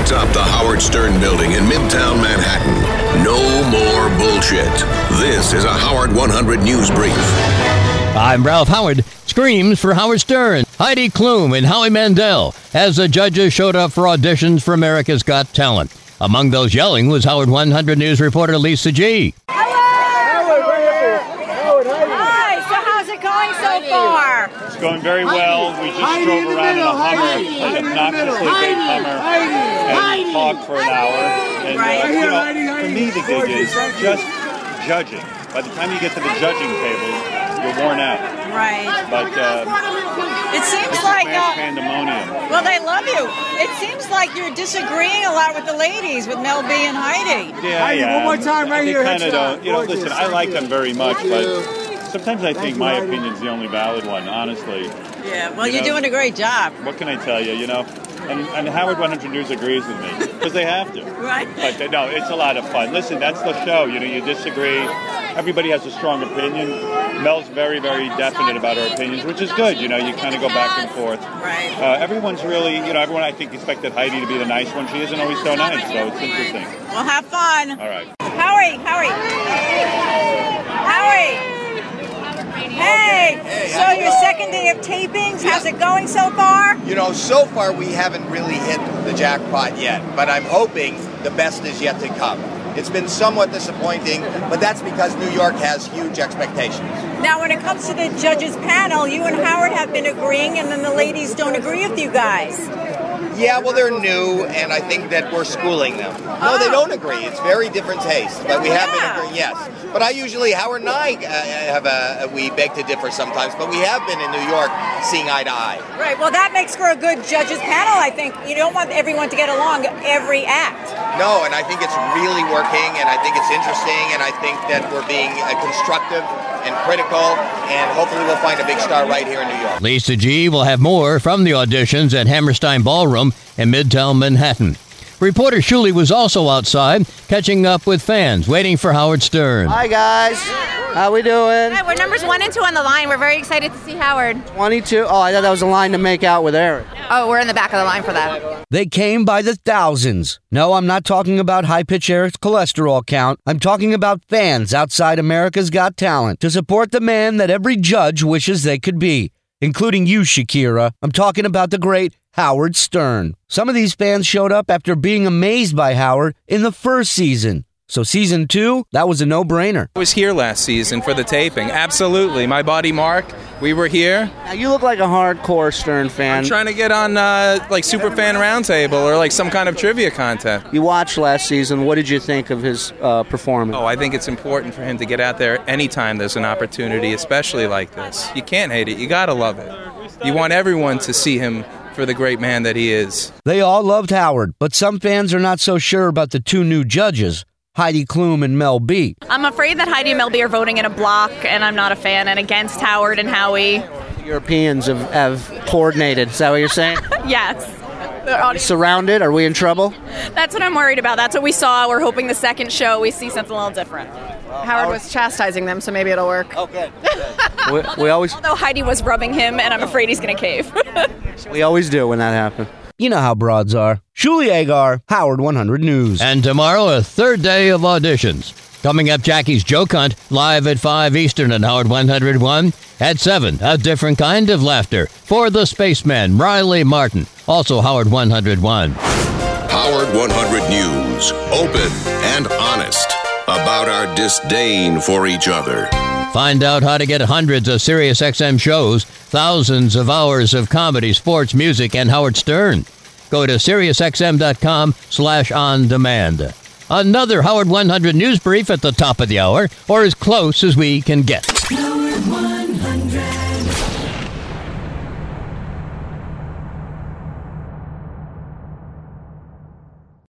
atop the Howard Stern building in Midtown Manhattan. No more bullshit. This is a Howard 100 News Brief. I'm Ralph Howard. Screams for Howard Stern, Heidi Klum, and Howie Mandel as the judges showed up for auditions for America's Got Talent. Among those yelling was Howard 100 News reporter Lisa G. Hi, so how's it going so far? It's going very well. We just drove around in a Hummer, an obnoxiously big Hummer, and talked for an hour. And Right. uh, you know, for me, the gig is just judging. By the time you get to the judging table, you're worn out. Right. But uh, It seems like, mass uh, pandemonium. well, they love you. It seems like you're disagreeing a lot with the ladies, with Mel B and Heidi. Yeah, Heidi, yeah. one more time, right they here, kinda headshot. don't- You know, Gorgeous. listen, I like them very much, Thank you. but sometimes I think you, my Heidi. opinion's the only valid one. Honestly, Yeah, well, You you're know. doing a great job. what can I tell you? You know. And, and Howard 100 News agrees with me because they have to. Right. But uh, no, it's a lot of fun. Listen, that's the show. You know, you disagree. Everybody has a strong opinion. Mel's very, very definite about her opinions, which is good. You know, you kind of go back and forth. Right. Uh, everyone's really, you know, everyone I think expected Heidi to be the nice one. She isn't always so nice, so it's interesting. Well, have fun. All right. Howie, Howie. Howie. Hey, so your second day of tapings, how's it going so far? You know, so far we haven't really hit the jackpot yet, but I'm hoping the best is yet to come. It's been somewhat disappointing, but that's because New York has huge expectations. Now, when it comes to the judges panel, you and Howard have been agreeing, and then the ladies don't agree with you guys. Yeah, well, they're new, and I think that we're schooling them. Ah. No, they don't agree. It's very different taste, but we have Yeah. been agreeing. Yes, but I usually Howard and I uh, have a we beg to differ sometimes, but we have been in New York seeing eye to eye. Right. Well, that makes for a good judges panel, I think. You don't want everyone to get along every act. No, and I think it's really working, and I think it's interesting, and I think that we're being uh, constructive and critical, and hopefully we'll find a big star right here in New York. Lisa G will have more from the auditions at Hammerstein Ballroom in Midtown Manhattan. Reporter Shuley was also outside, catching up with fans waiting for Howard Stern. Hi guys, how we doing? Hi, we're numbers one and two on the line. We're very excited to see Howard. 22. Oh, I thought that was a line to make out with Eric. Oh, we're in the back of the line for that. They came by the thousands. No, I'm not talking about high pitch Eric's cholesterol count. I'm talking about fans outside America's Got Talent to support the man that every judge wishes they could be, including you, Shakira. I'm talking about the great Howard Stern. Some of these fans showed up after being amazed by Howard in the first season. So, season two, that was a no brainer. was here last season for the taping. Absolutely. My buddy Mark, we were here. Now, you look like a hardcore Stern fan. I'm trying to get on uh, like Superfan Roundtable or like some kind of trivia contest. You watched last season. What did you think of his uh, performance? Oh, I think it's important for him to get out there anytime there's an opportunity, especially like this. You can't hate it, you gotta love it. You want everyone to see him for the great man that he is. They all loved Howard, but some fans are not so sure about the two new judges, Heidi Klum and Mel B. I'm afraid that Heidi and Melby are voting in a block, and I'm not a fan, and against Howard and Howie. Europeans have, have coordinated. Is that what you're saying? Yes. The audience- Surrounded? Are we in trouble? That's what I'm worried about. That's what we saw. We're hoping the second show we see something a little different. Howard was chastising them, so maybe it'll work. Oh, good. we, we always Although Heidi was rubbing him, and I'm afraid he's going to cave. we always do when that happens. You know how broads are. Julie Agar, Howard 100 News. And tomorrow, a third day of auditions. Coming up, Jackie's Joke Hunt, live at 5 Eastern on Howard 101. At 7, a different kind of laughter for the spaceman, Riley Martin, also Howard 101. Howard 100 News. Open and honest about our disdain for each other. Find out how to get hundreds of Sirius XM shows, thousands of hours of comedy, sports, music, and Howard Stern. Go to SiriusXM.com slash on demand. Another Howard 100 news brief at the top of the hour, or as close as we can get.